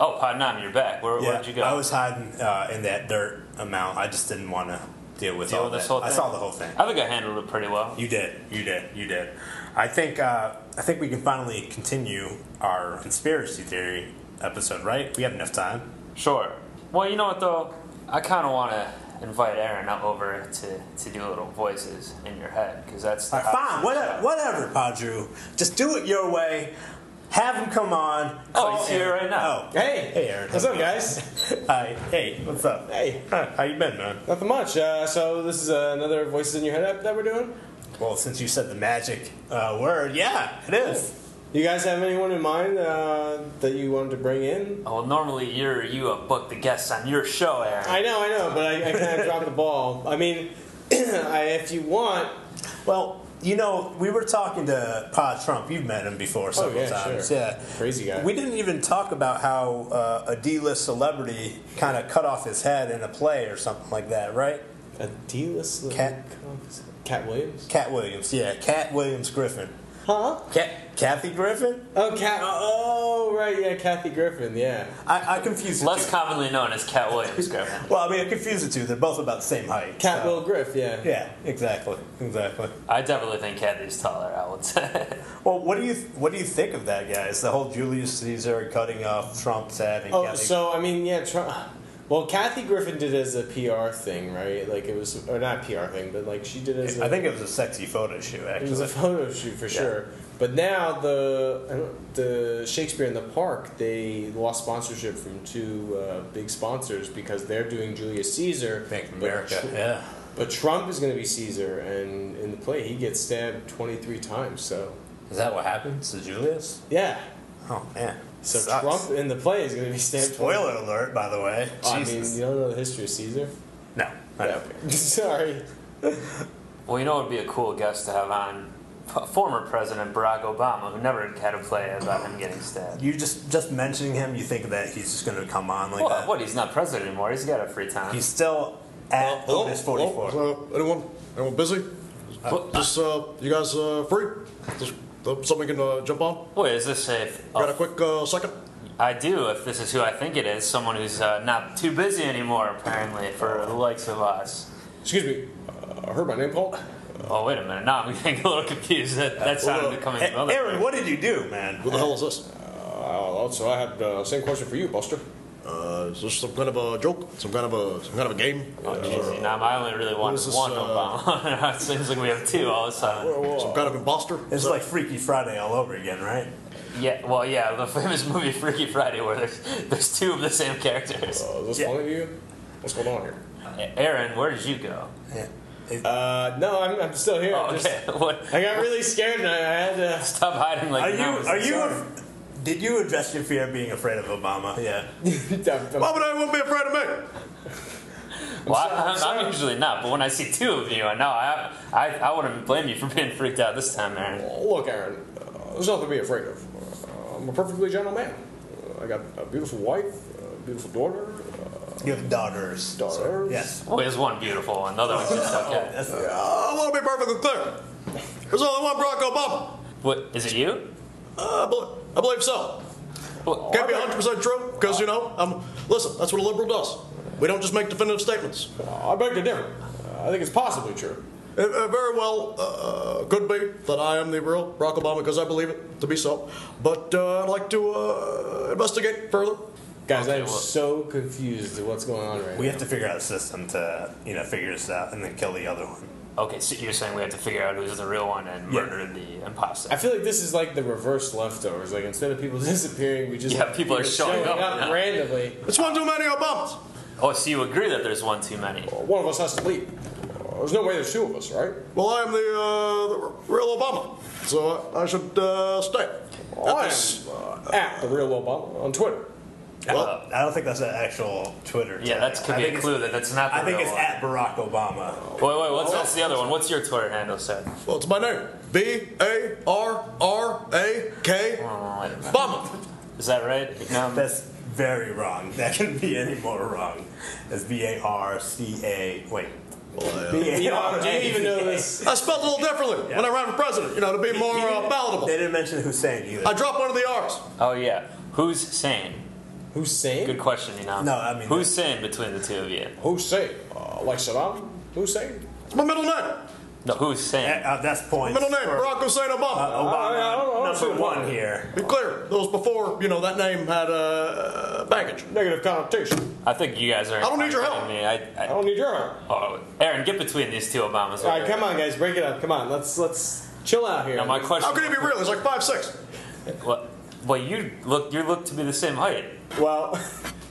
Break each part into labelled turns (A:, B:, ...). A: Uh, hiding out in your oh, back. Where, where'd you go?
B: I was hiding uh, in that dirt amount. I just didn't want to deal with
A: Deal
B: all
A: with this
B: that.
A: whole
B: I
A: thing?
B: saw the whole thing.
A: I think I handled it pretty well.
B: You did. You did. You did. I think. Uh, I think we can finally continue our conspiracy theory episode. Right? We have enough time.
A: Sure. Well, you know what though? I kind of want to invite Aaron up over to, to do little voices in your head because that's the
B: All right, fine. Whatever.
A: Yeah.
B: Whatever, Padru. Just do it your way. Have him come on.
A: Oh,
B: Call
A: he's here
B: Aaron.
A: right now.
B: Oh.
C: Hey,
B: Hey, Aaron.
C: What's up, guys?
B: Hi. Hey. What's up?
C: hey,
B: Huh, How you been, man?
C: nothing much. Uh, so this is uh, another voices in your head app that we're doing.
B: Well, since you said the magic uh, word, yeah, it is.
C: You guys have anyone in mind uh, that you wanted to bring in?
A: Oh, well, normally you're you have booked the guests on your show, Aaron.
C: I know, I know, but I, I kind of dropped the ball. I mean, I, if you want,
B: Well, you know, we were talking to Pa Trump. You've met him before several
C: Oh, yeah,
B: times.
C: sure.
B: Yeah.
C: Crazy guy.
B: We didn't even talk about how uh, a D-list celebrity kind of cut off his head in a play or something like that, right?
C: a D-list
B: Cat.
C: Cat Williams.
B: Cat Williams. Yeah, Cat Williams Griffin.
C: Huh?
B: Cat Kathy Griffin?
C: Oh, Cat. Oh, right. Yeah, Kathy Griffin. Yeah.
B: I, I confuse the
A: Less
B: two.
A: commonly known as Cat Williams, Griffin.
B: Well, I mean, I confuse the two. They're both about the same height.
C: Cat
B: so-
C: Will Griff. Yeah.
B: Yeah, exactly, exactly.
A: I definitely think Kathy's taller. I would say.
B: Well, what do you what do you think of that, guys? The whole Julius Caesar cutting off Trump's head and
C: Oh,
B: Kathy-
C: so I mean, yeah. Trump, well, Kathy Griffin did it as a PR thing, right? Like it was, or not PR thing, but like she did it as a
B: I think it was a sexy photo shoot,
C: It was
B: actually.
C: a photo shoot for sure. But now the I don't- the Shakespeare in the Park they lost sponsorship from two uh, big sponsors because they're doing Julius Caesar.
B: Bank of
C: but
B: America.
C: Tr-
B: yeah.
C: But Trump is going to be Caesar, and in the play he gets stabbed twenty three times. So
B: Is that what happens to Julius?
C: yeah,
B: Oh man.
C: so
B: Sucks.
C: Trump in the play is going to be stabbed. 20
B: Spoiler alert, by the way.
C: I mean,
B: Jesus.
C: you don't know the history of Caesar.
B: no. I
C: Yeah,
B: don't.
C: okay. Sorry.
A: well, you know, it'd be a cool guest to have on F- former President Barack Obama, who never had a play about him getting stabbed.
B: You just just mentioning him, you think that he's just going to come on like
A: Well,
B: that?
A: what? He's not president anymore. He's got a free time.
B: He's still at
D: Hello?
B: Otis 44.
D: Hello? Uh, anyone? Anyone busy?
A: Well,
D: Just uh, you guys uh, free? Just uh, something we can uh, jump on?
A: Wait, is this a?
D: Got
C: Oh.
D: a quick uh, second?
A: I do, if this is who I think it is, someone who's uh, not too busy anymore, apparently, for the likes of us.
C: Excuse me. Uh, I heard my name called.
A: Oh, wait a minute. Now I'm getting a little confused. That, that sounded to come in
B: Hey,
A: another.
B: eh, Aaron, what did you do, man?
D: What the hell is this?
C: Uh, so I had uh, same question for you, Buster.
D: Uh, is this some kind of a joke? Some kind of a some kind of a game?
C: Uh,
A: Oh, geez, now I only really want
D: This is,
A: one
D: uh,
A: Obama. it seems like we have two all of a sudden.
D: Some kind of imposter?
B: It's like Freaky Friday all over again, right?
A: Yeah, well, yeah, the famous movie Freaky Friday, where there's, there's two of the same characters.
C: Uh, is this
B: Yeah.
C: funny to you? What's going on here?
B: Uh,
A: Aaron, where did you go?
B: Yeah. It-
C: Uh, no, I'm, I'm still here.
A: Oh,
C: I'm just-
A: okay. What?
C: I got really scared and I, I had to.
A: Stop hiding like
B: are you?
A: numbers.
B: Are you?
C: sorry.
B: af- Did you address your fear of being afraid of Obama? Yeah.
C: I'm- I'm-
D: Why would anyone be afraid of me?
A: Well, I'm, I'm usually not, but when I see two of you, I know I, I, I wouldn't blame you for being freaked out this time, Aaron.
C: Look, Aaron, uh, there's nothing to be afraid of. Uh, I'm a perfectly gentle man. Uh, I got a beautiful wife, a beautiful daughter, uh,
B: You have daughters.
C: daughters.
B: Yes.
A: Well, there's one beautiful one. The other one's just okay.
B: Oh, That's-
D: Uh, I want to be perfectly clear. There's only one Barack Obama.
A: What is it? You?
D: Uh, I, believe, I believe so.
A: Well,
D: Can't be 100% true, because, you know, um, listen, that's what a liberal does. We don't just make definitive statements.
C: Uh, I beg to differ. Uh, I think it's possibly true.
D: It uh, very well uh, could be that I am the real Barack Obama because I believe it to be so. But uh, I'd like to uh, investigate further.
C: Guys, I am
A: well-
C: so confused at what's going on right
B: We
C: now.
B: have to figure out a system to, you know, figure this out and then kill the other one.
A: okay. So you're saying we have to figure out who's the real one and
B: Yeah.
A: murder the imposter.
C: I feel like this is like the reverse leftovers. Like instead of people disappearing, we just
A: Yeah, people are showing up now.
C: randomly.
D: It's one too many Obamas.
A: Oh, so you agree that there's one too many?
C: One of us has to leave. Uh, there's no way there's two of us, right?
D: Well, I am the, uh, the real Obama, so I should uh, stay.
C: I am uh, at the real Obama on Twitter.
B: Well, I don't think that's an actual Twitter.
A: Yeah,
B: tag.
A: that could
B: I
A: be a
B: think it's-
A: clue Oh. that that's not the
B: I think
A: real
B: it's
A: one.
B: at Barack Obama.
A: wait, wait. What's that's the other one? What's your Twitter handle, sir?
D: Well, it's my name. B A R R A K
A: Oh, wait a minute.
D: Obama.
A: Is that right? No.
B: That's very wrong. That can be any more wrong. It's B A R C A. Wait.
D: Well, I, uh,
B: B
C: You
B: A R
C: know, do you even know this?
D: I spelled it a little differently when I ran for president, you know, to be more uh,
B: They
D: palatable.
B: didn't mention Hussein either.
D: I dropped one of the R's.
A: Oh yeah. Who's sane?
C: Hussein?
A: Good question, you know.
B: No, I mean-
A: who's saying between the two of you?
C: Hussein. Uh, like Saddam Hussein?
D: It's my middle name.
A: No, who's saying?
B: Uh, that's points.
D: Middle name,
B: for,
D: Barack Hussein
B: uh,
D: Obama.
B: Obama,
C: I- I don't- I don't see
B: number
C: the
B: one
C: point.
B: here.
D: Be clear. Those before, you know, that name had uh, baggage.
C: Negative connotation.
A: I think you guys are.
D: I don't need your help.
A: I mean, I,
C: I
A: I,
C: don't need your help.
A: oh, Aaron, get between these two Obamas.
C: All right, come on, guys, break it up. Come on, let's let's chill out here.
A: Now my question.
D: How can he be real? He's like five six.
A: Well, well, you look. You look to be the same height.
C: well,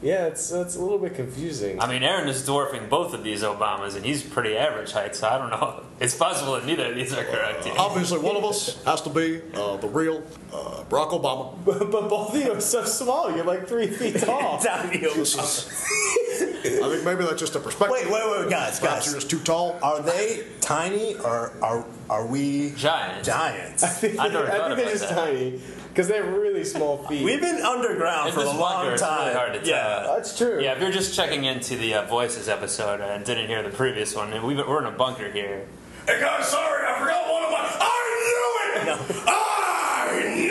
C: yeah, it's it's a little bit confusing.
A: I mean, Aaron is dwarfing both of these Obamas, and he's pretty average height. So I don't know. It's possible that neither of these are correct. here.
D: Obviously, one of us has to be uh, the real uh, Barack Obama.
C: but, but both of you are so small. You're like three feet tall.
B: Down the ocean.
D: I think maybe that's just a perspective.
B: Wait, wait, wait, guys,
D: Perhaps
B: guys.
D: you're just too tall.
B: Are they tiny or are are we
A: Giants.
B: Giants.
C: I think,
A: I never
C: they're-
A: thought
C: I think they're
A: about
C: just
A: that.
C: tiny because they have really small feet.
B: We've been underground
A: In
B: for a
A: this bunker,
B: long
A: it's
B: time.
A: really hard to
B: yeah.
C: That's true.
A: Yeah, if you're just checking into the uh, voices episode and didn't hear the previous one, we, we're in a bunker here.
B: Hey guys, sorry, I forgot one of my. I knew it. I knew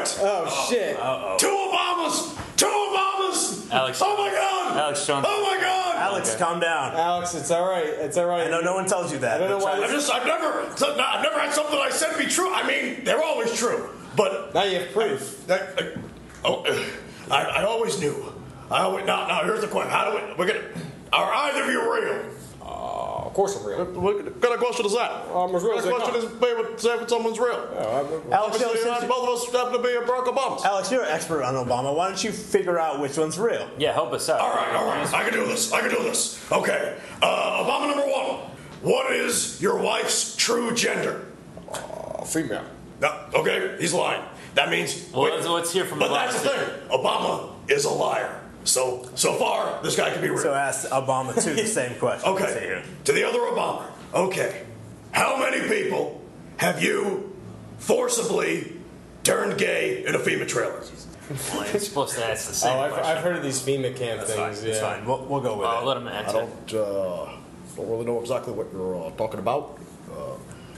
B: it.
C: Oh, shit.
B: Two Obamas. Two Obamas.
A: Alex-
B: Oh my God.
A: Alex Jones.
B: Oh my God. Alex,
A: Okay.
B: calm down.
C: Alex, it's all right. It's all right.
B: oh. I know no one tells you that.
C: Uh, I don't know
B: but
C: why-
B: try-
E: I've just I've never I've never had something I said be true. I mean, they're always true, but
C: Now you have proof.
E: I, I, oh, I, I always knew. I always now now here's the question: How do we we're gonna are either of you real?
C: of course I'm real.
D: What kind of question is that?
C: Um, I'm as Um, real
D: What
C: as they
D: kind of question is maybe say if someone's real?
B: Alex,
D: Obviously,
B: Jones,
D: you're not-
B: since you-
D: both of us happen to be a Barack Obama.
B: Alex, you're an expert on Obama. Why don't you figure out which one's real?
A: Yeah, help us out.
E: All right, all right, I can do this. I can do this. Okay, uh, Obama number one. What is your wife's true gender?
C: Oh, female.
E: No, okay, he's lying. That means.
A: Well, let's- let's hear from
E: But
A: Obama.
E: that's the thing. Obama is a liar. So so far, this guy can be real.
B: So ask Obama too the same question. Let's see
E: Okay.
B: here.
E: To the other Obama. Okay. How many people have you forcibly turned gay in a FEMA trailer?
A: You're supposed to ask the
C: Oh,
A: same
C: I've,
A: question.
C: I've heard of these FEMA camp
B: It's fine.
C: things. yeah.
B: It's fine. We'll, we'll go with
A: I'll
B: it.
A: let him
D: I
A: answer.
D: don't, uh, don't really know exactly what you're uh, talking about. Uh,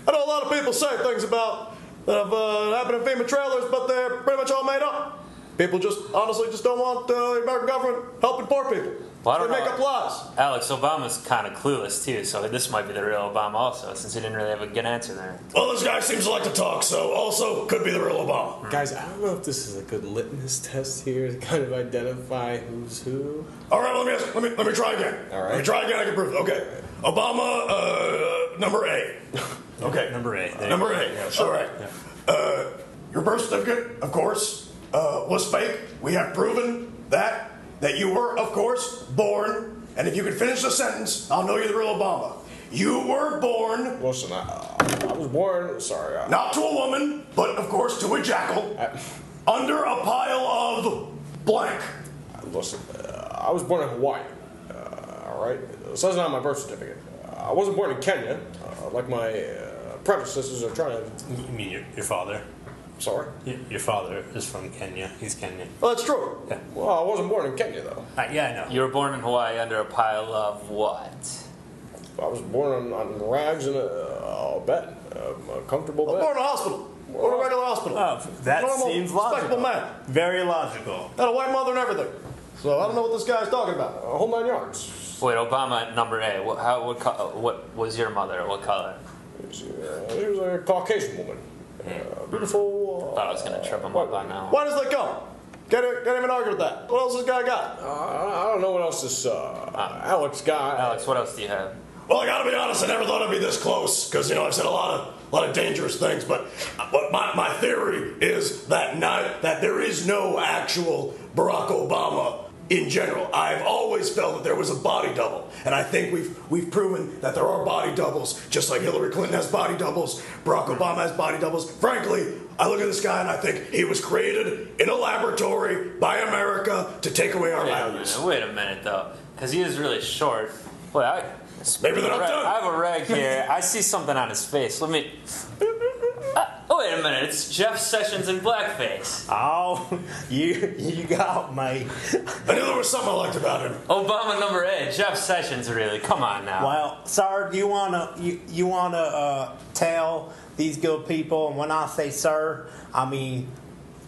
E: I know a lot of people say things about that have uh, happened in FEMA trailers, but they're pretty much all made up.
D: people just honestly just don't want uh, the American government helping poor people.
A: Well, I don't
D: they make
A: know.
D: up lies.
A: Alex, Obama's kind of clueless too, so this might be the real Obama also, since he didn't really have a good answer there.
E: Well, this guy seems to like to talk, so also could be the real Obama.
C: Guys, I don't know if this is a good litmus test here to kind of identify who's who.
E: All right, let me ask, let me let me try again.
C: All right.
E: Let me try again. I can prove. it. Okay. Obama, uh, number A. Okay.
B: Number eight. There you
E: Number
B: go.
E: eight. All right. Uh, your birth certificate, of course, uh, was fake. We have proven that that you were, of course, born. And if you can finish the sentence, I'll know you're the real Obama. You were born
C: Listen, I, I was born. Sorry. I,
E: not to a woman, but of course to a jackal, under a pile of blank.
C: Listen, uh, I was born in Hawaii. Uh, all right, it says it on my birth certificate. Uh, I wasn't born in Kenya, uh, like my uh, predecessors are trying to.
B: You mean your, your father?
C: Sorry.
B: Your, your father is from Kenya. He's Kenyan.
D: Well, that's true.
C: Well, I wasn't born in Kenya though.
B: Uh, yeah, I know.
A: You were born in Hawaii under a pile of what?
C: I was born on, on rags in a, a bed, um, a comfortable
D: I'm born
C: bed.
D: in a hospital. Born in a regular hospital.
B: Oh, that
D: Normal,
B: seems
D: respectable
B: logical.
D: man.
B: Very logical.
D: Had a white mother and everything. So I don't know what this guy's talking
C: A
D: about.
C: whole nine yards.
A: Wait, Obama at number A. What? How? What? Co- what was your mother? What color?
C: She was, uh, she was a Caucasian woman, uh, beautiful.
A: Thought I was gonna trip him up by now.
D: Why does that come? Can't, can't even argue with that. What else has this guy got?
C: Uh, I don't know what else this uh, Alex guy.
A: Alex, what else do you have?
E: Well, I gotta be honest, I never thought I'd be this close, because, you know, I've said a lot of, lot of dangerous things, but, but my, my theory is that, not, that there is no actual Barack Obama in general. I've always felt that there was a body double, and I think we've, we've proven that there are body doubles, just like Hillary Clinton has body doubles, Barack Obama has body doubles. Frankly, I look at this guy and I think he was created in a laboratory by America to take away our
A: Wait a
E: values.
A: minute, wait a minute though, because he is really short. Wait, I.
E: Maybe they're not
A: I
E: done.
A: have a rag here. I see something on his face. Let me. Uh, oh wait a minute! It's Jeff Sessions in blackface.
B: Oh, you you got my.
E: I knew there was something I liked about him.
A: Obama number A. Jeff Sessions, really. Come on now.
B: Well, sir, do you wanna you, you wanna uh, tell these good people? And when I say sir, I mean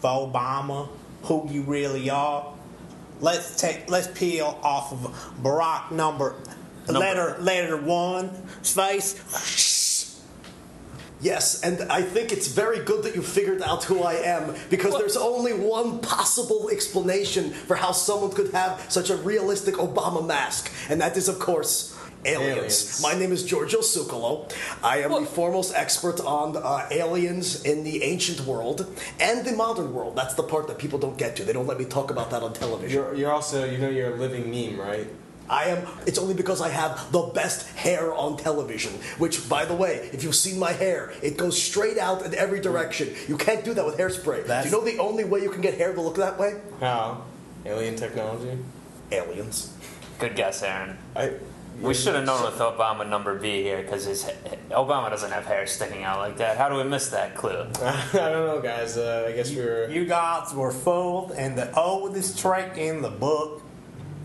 B: for Obama, who you really are.
F: Let's take let's peel off of Barack number, letter letter one space.
E: Yes, and I think it's very good that you figured out who I am because there's only one possible explanation for how someone could have such a realistic Obama mask, and that is, of course, aliens.
C: Aliens.
E: My name is Giorgio Succolo. I am the foremost expert on uh, aliens in the ancient world and the modern world. That's the part that people don't get to. They don't let me talk about that on television.
C: You're, you're also, you know, you're a living meme, right?
E: I am. It's only because I have the best hair on television. Which, by the way, if you've seen my hair, it goes straight out in every direction. You can't do that with hairspray.
B: That's-
E: do you know the only way you can get hair to look that way?
C: How? Alien technology?
E: Aliens.
A: Good guess, Aaron.
C: I.
A: We should have known with Obama number B here because his Obama doesn't have hair sticking out like that. How do we miss that clue?
C: I don't know, guys. Uh, I guess we were.
F: You guys were fooled in the oldest trick in the book,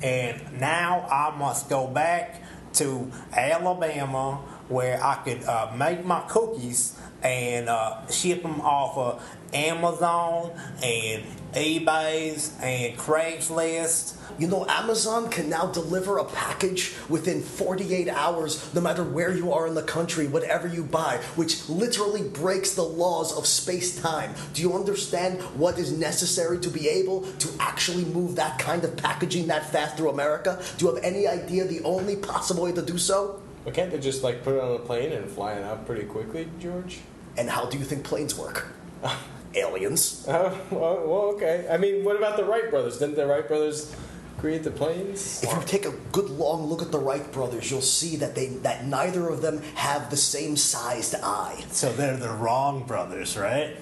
F: and now I must go back to Alabama where I could uh, make my cookies and uh, ship them off of Amazon and eBay's and Craigslist.
E: You know, Amazon can now deliver a package within 48 hours, no matter where you are in the country, whatever you buy, which literally breaks the laws of space time. Do you understand what is necessary to be able to actually move that kind of packaging that fast through America? Do you have any idea the only possible way to do so?
C: Why can't they just like put it on a plane and fly it out pretty quickly, George?
E: And how do you think planes work? Aliens.
C: Oh, well, well, okay. I mean, what about the Wright brothers? Didn't the Wright brothers create the planes?
E: If you take a good long look at the Wright brothers, you'll see that they that neither of them have the same sized eye.
B: So they're the wrong brothers, right?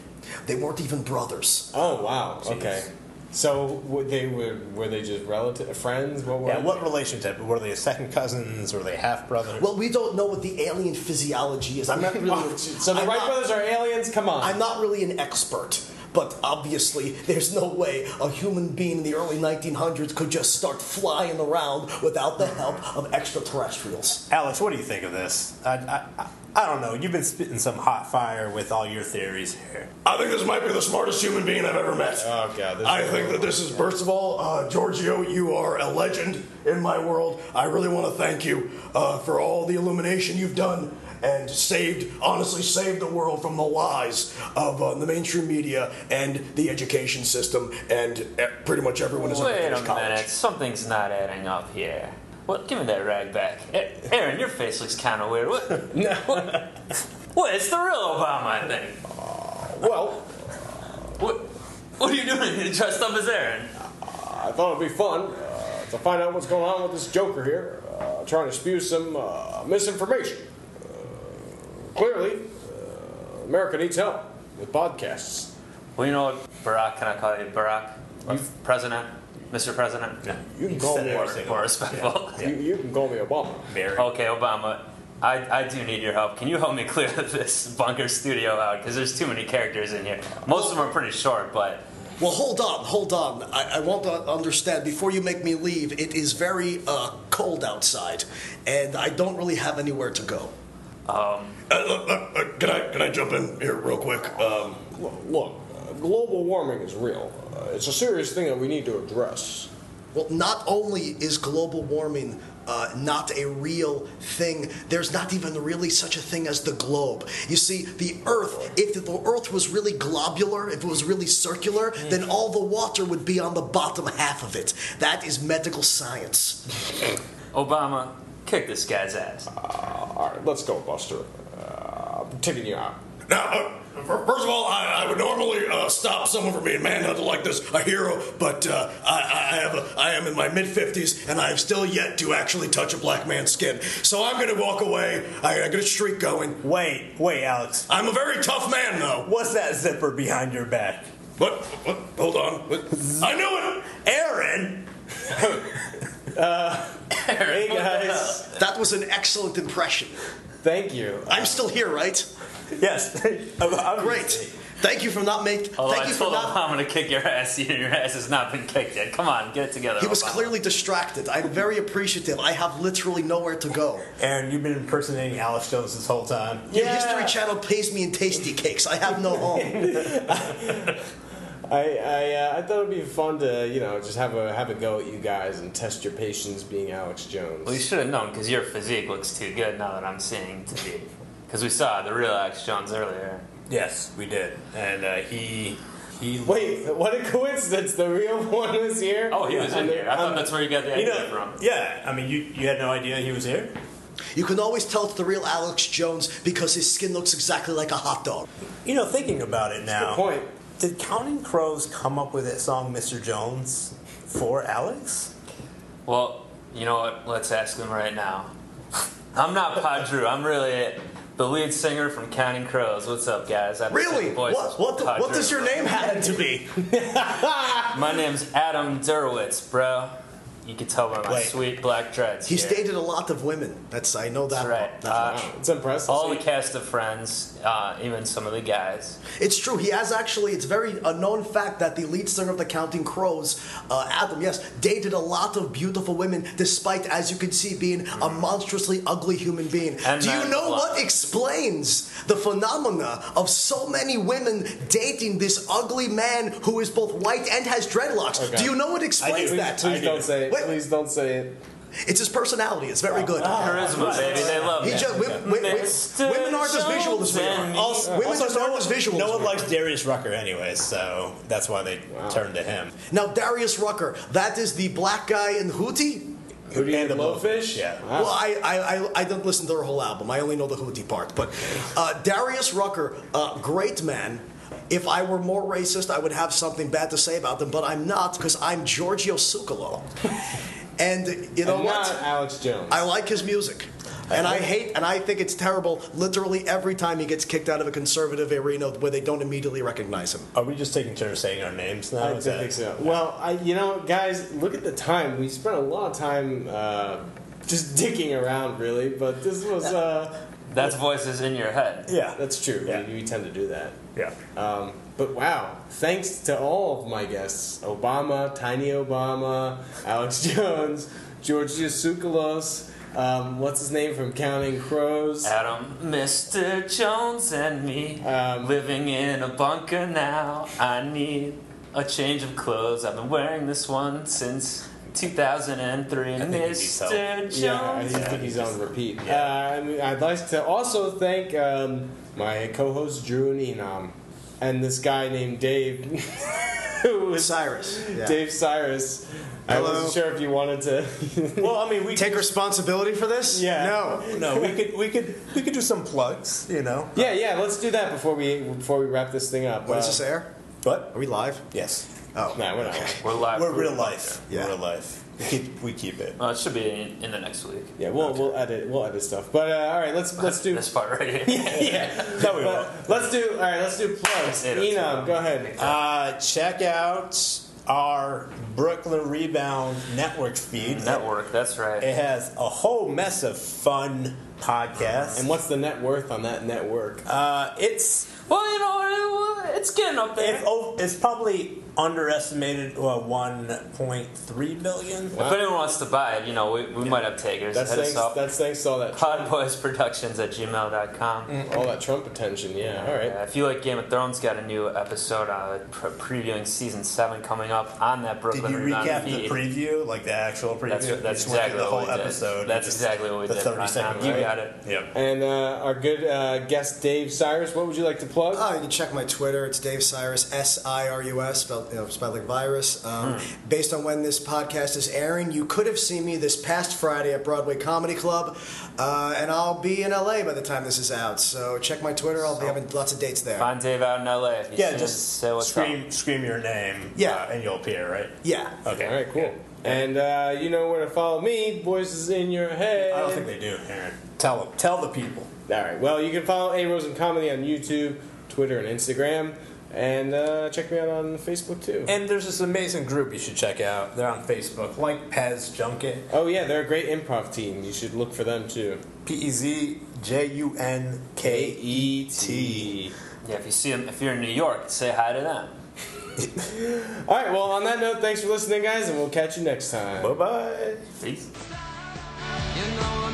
E: They weren't even brothers.
C: Oh wow. Okay. So were they were were they just relative friends? What were
B: Yeah,
C: they?
B: what relationship? Were they second cousins? Were they half brothers?
E: Well, we don't know what the alien physiology is. I'm not really.
C: So the
E: I'm
C: Wright
E: not-
C: brothers are aliens. Come on.
E: I'm not really an expert, but obviously, there's no way a human being in the early 1900s could just start flying around without the help of extraterrestrials.
B: Alex, what do you think of this? I, I, I, I don't know. You've been spitting some hot fire with all your theories here.
E: I think this might be the smartest human being I've ever met.
C: Oh god. This
E: I think that this is, first of all, uh, Giorgio, you are a legend in my world. I really want to thank you uh, for all the illumination you've done and saved, honestly, saved the world from the lies of uh, the mainstream media and the education system and e- pretty much everyone is
A: Wait a minute, something's not adding up here. What? Give me that rag back, A- Aaron. Your face looks kind of weird. What? no. What? what? It's the real Obama, I think.
C: Well,
A: What? What are you doing? You're dressed up as Aaron.
C: I thought it'd be fun uh, to find out what's going on with this Joker here, uh, trying to spew some uh, misinformation. Uh, clearly, uh, America needs help with podcasts.
A: Well, you know what, Barack? Can I call you Barack? President, Mr. President. Yeah.
C: You can call me
A: More, more respectful.
C: you, you can call me Obama.
B: Very.
A: Okay, Obama, I, I do need your help. Can you help me clear this bunker studio out? Because there's too many characters in here. Most of them are pretty short, but
D: Well, hold on, hold on. I, I want to understand before you make me leave. It is very uh, cold outside, and I don't really have anywhere to go.
E: Uh, can, I, can I jump in here real quick? Um,
C: Look, look uh, global warming is real. Uh, it's a serious thing that we need to address.
D: Well, not only is global warming uh, not a real thing, there's not even really such a thing as the globe. You see, the Earth, if the Earth was really globular, if it was really circular, then all the water would be on the bottom half of it. That is medical science.
A: Obama, kick this guy's ass.
C: All right, let's go, Buster. Uh, I'm taking you out.
E: Now, uh, f- first of all, I, I would normally uh, stop someone from being manhunted like this, a hero, but uh, I, I, I have a, I am in my mid 50s and I have still yet to actually touch a black man's skin. So I'm going to walk away. I, I got a streak going.
B: Wait, wait, Alex.
E: I'm a very tough man, though.
B: What's that zipper behind your back?
E: What? what? Hold on. What? I knew it!
B: Aaron! Uh,
C: Hey, guys.
D: That was an excellent impression.
C: Thank you.
D: I'm still here, right?
B: Yes.
D: Great.
B: Great.
D: Thank you for not making.
A: Although
D: Thank
A: Oh, I
D: you for
A: told
D: not.
A: Obama to kick your ass, your ass has not been kicked yet. Come on, get it together.
D: He was
A: Obama.
D: clearly distracted. I'm very appreciative. I have literally nowhere to go.
B: Aaron, you've been impersonating Alex Jones this whole time.
D: Your History Channel pays me in tasty cakes. I have no home.
C: I I, uh, I thought it'd be fun to you know just have a have a go at you guys and test your patience being Alex Jones.
A: Well, you should have known because your physique looks too good now that I'm seeing to be. Because we saw the real Alex Jones earlier.
B: Yes, we did, and uh, he he.
C: Wait, what a coincidence! The real one was here.
A: Oh, he was in
C: And
A: here. I thought
C: um,
A: that's where you got the
B: You
A: idea
B: know,
A: from.
B: yeah. I mean, you you had no idea he was here.
E: You can always tell it's the real Alex Jones because his skin looks exactly like a hot dog.
D: You know, thinking about it now.
C: Good point.
D: Did Counting Crows come up with that song, Mr. Jones, for Alex?
A: Well, you know what? Let's ask him right now. I'm not Padru. I'm really it. The lead singer from Counting Crows. What's up, guys? I have the
E: Really?
A: same voice
E: What,
A: as
E: what, the, what
A: Padru.
E: does your name happen to be?
A: My name's Adam Derwitz, bro. You can tell by my
D: Wait.
A: sweet black dreads.
E: He's
A: here.
E: dated a lot of women. That's I know that.
A: That's right.
E: That's
A: Uh,
C: Wow, it's impressive.
A: All the cast of Friends, uh, even some of the guys.
E: It's true. He has actually. It's very a known fact that the lead singer of the Counting Crows, uh, Adam, yes, dated a lot of beautiful women, despite, as you can see, being a monstrously ugly human being.
A: And
E: Do you
A: that's a
E: know
A: lot.
E: what explains the phenomena of so many women dating this ugly man who is both white and has dreadlocks?
C: Okay.
E: Do you know what explains
C: please,
E: that?
C: please don't say it.
E: Wait.
C: Please don't say it.
E: It's his personality. It's very good.
A: Charisma, baby. They love
E: Oh, He
A: me.
E: just, wi- wi- wi-
A: Mr.
E: women aren't as visual as we are.
A: Jones
E: Also, women
D: also,
E: just
D: no
E: aren't
D: one-
E: as visual
D: no
E: as
D: one
E: we are.
D: likes
B: Darius Rucker, anyway, so that's why they turned to him.
E: Now, Darius Rucker, that is the black guy in Hootie.
C: Who do you
B: And the
C: blowfish?
B: blowfish, yeah.
C: Wow.
E: Well, I, I, I, I didn't listen to their whole album. I only know the Hootie part. But uh, Darius Rucker, uh, great man. If I were more racist, I would have something bad to say about them, but I'm not because I'm Giorgio Succolo. and you know
C: and
E: what?
C: not Alex Jones.
E: I like his music. And I hate and I think it's terrible literally every time he gets kicked out of a conservative arena where they don't immediately recognize him.
B: Are we just taking turns saying our names now?
C: I
B: Is
C: did
B: that-
C: think so. Well, I, you know, guys, look at the time. We spent a lot of time uh, just dicking around, really. But this was uh,
A: That's voices in your head.
B: Yeah,
C: that's true. We-
B: Yeah.
C: We, tend to do that.
B: yeah.
C: Um, but wow, thanks to all of my guests: Obama, Tiny Obama, Alex Jones, Georgios Tsoukalos, um, what's his name from Counting Crows.
A: Adam, Mr. Jones, and me
C: Um,
A: living in a bunker now. I need a change of clothes. I've been wearing this one since 2003.
B: think he needs help.
A: Mr. Jones.
C: Yeah, I just think he's on repeat. Uh, I mean, I'd like to also thank um, my co-host Drew and Enam, and this guy named Dave, who was
E: Cyrus. yeah.
C: Dave Cyrus. I
E: Hello.
C: wasn't sure if you wanted to.
B: Well, I mean, we
E: Take responsibility for this?
C: Yeah.
E: No.
B: no, we could we could we could do some plugs, you know.
C: yeah, yeah. Let's do that before we before we wrap this thing up.
E: What does
C: Uh,
E: this air?
B: But
E: Are we live?
B: yes,
E: Oh.
C: Nah, we're not.
A: We're live.
B: we're real life.
E: Yeah.
B: Real life. We keep, we keep it.
A: Well, it should be in, in the next week.
C: Yeah, we'll we'll edit we'll edit stuff. But uh, all right, let's let's do.
A: this part right here.
C: yeah,
B: No, we won't.
C: but let's do. All right, let's do plugs.
A: Eight oh two.
C: Enam, go ahead.
B: Uh, check out our Brooklyn Rebound Network feed.
A: Network. That's right.
B: It has a whole mess of fun podcasts.
C: And what's the net worth on that network?
B: Uh, it's
A: Well, you know, it- it's getting up there.
B: it's, ov- it's probably underestimated. Well, one point three billion.
A: If anyone wants to buy it, you know, we, we might have takers.
C: That's
A: Hit
C: thanks.
A: us up.
C: That's thanks to all that
A: Podboysproductions at gmail.com.
C: all that Trump attention. Yeah. All right.
A: Uh, if you like Game of Thrones, got a new episode uh, pre- previewing season seven coming up on that
B: Did
A: Brooklyn
B: you
A: Rebound
B: recap the
A: feed.
B: preview, like the actual preview?
A: That's,
B: You
A: that's
B: just went
A: exactly
B: through the whole
A: what we
B: episode.
A: did.
B: and
A: That's
B: just
A: exactly what we
B: the
A: did.
B: Thirty
A: Ron,
B: second.
A: You
B: right?
A: got it.
B: Yep.
C: And uh, our good uh, guest Dave Cyrus, what would you like to plug?
E: Oh, you can check my Twitter. It's Dave Cyrus, S I R U S, spelled, you know, spelled like virus. Um, Based on when this podcast is airing, you could have seen me this past Friday at Broadway Comedy Club, uh, and I'll be in LA by the time this is out. So check my Twitter. I'll be having lots of dates there.
A: Find Dave out in LA. If you see
B: Yeah,
A: him,
B: just
A: say what's up.
B: scream, scream your name.
E: Yeah.
B: uh, and you'll appear, right?
E: Yeah.
B: Okay.
C: All right, cool. And uh, you know where to follow me, voices in your head.
B: I don't think they do, Aaron. Tell them. Tell the people.
C: All right, well, you can follow A Rosen Comedy on YouTube, Twitter, and Instagram. And uh, check me out on Facebook too.
D: And there's this amazing group you should check out. They're on Facebook, like Pez Junket.
C: oh, yeah, they're a great improv team. You should look for them too.
D: P E Z J U N K E T.
A: Yeah, if you see him, if you're in New York, say hi to them.
C: All right, well, on that note, thanks for listening, guys, and we'll catch you next time.
B: Bye bye.
A: Peace.
G: You know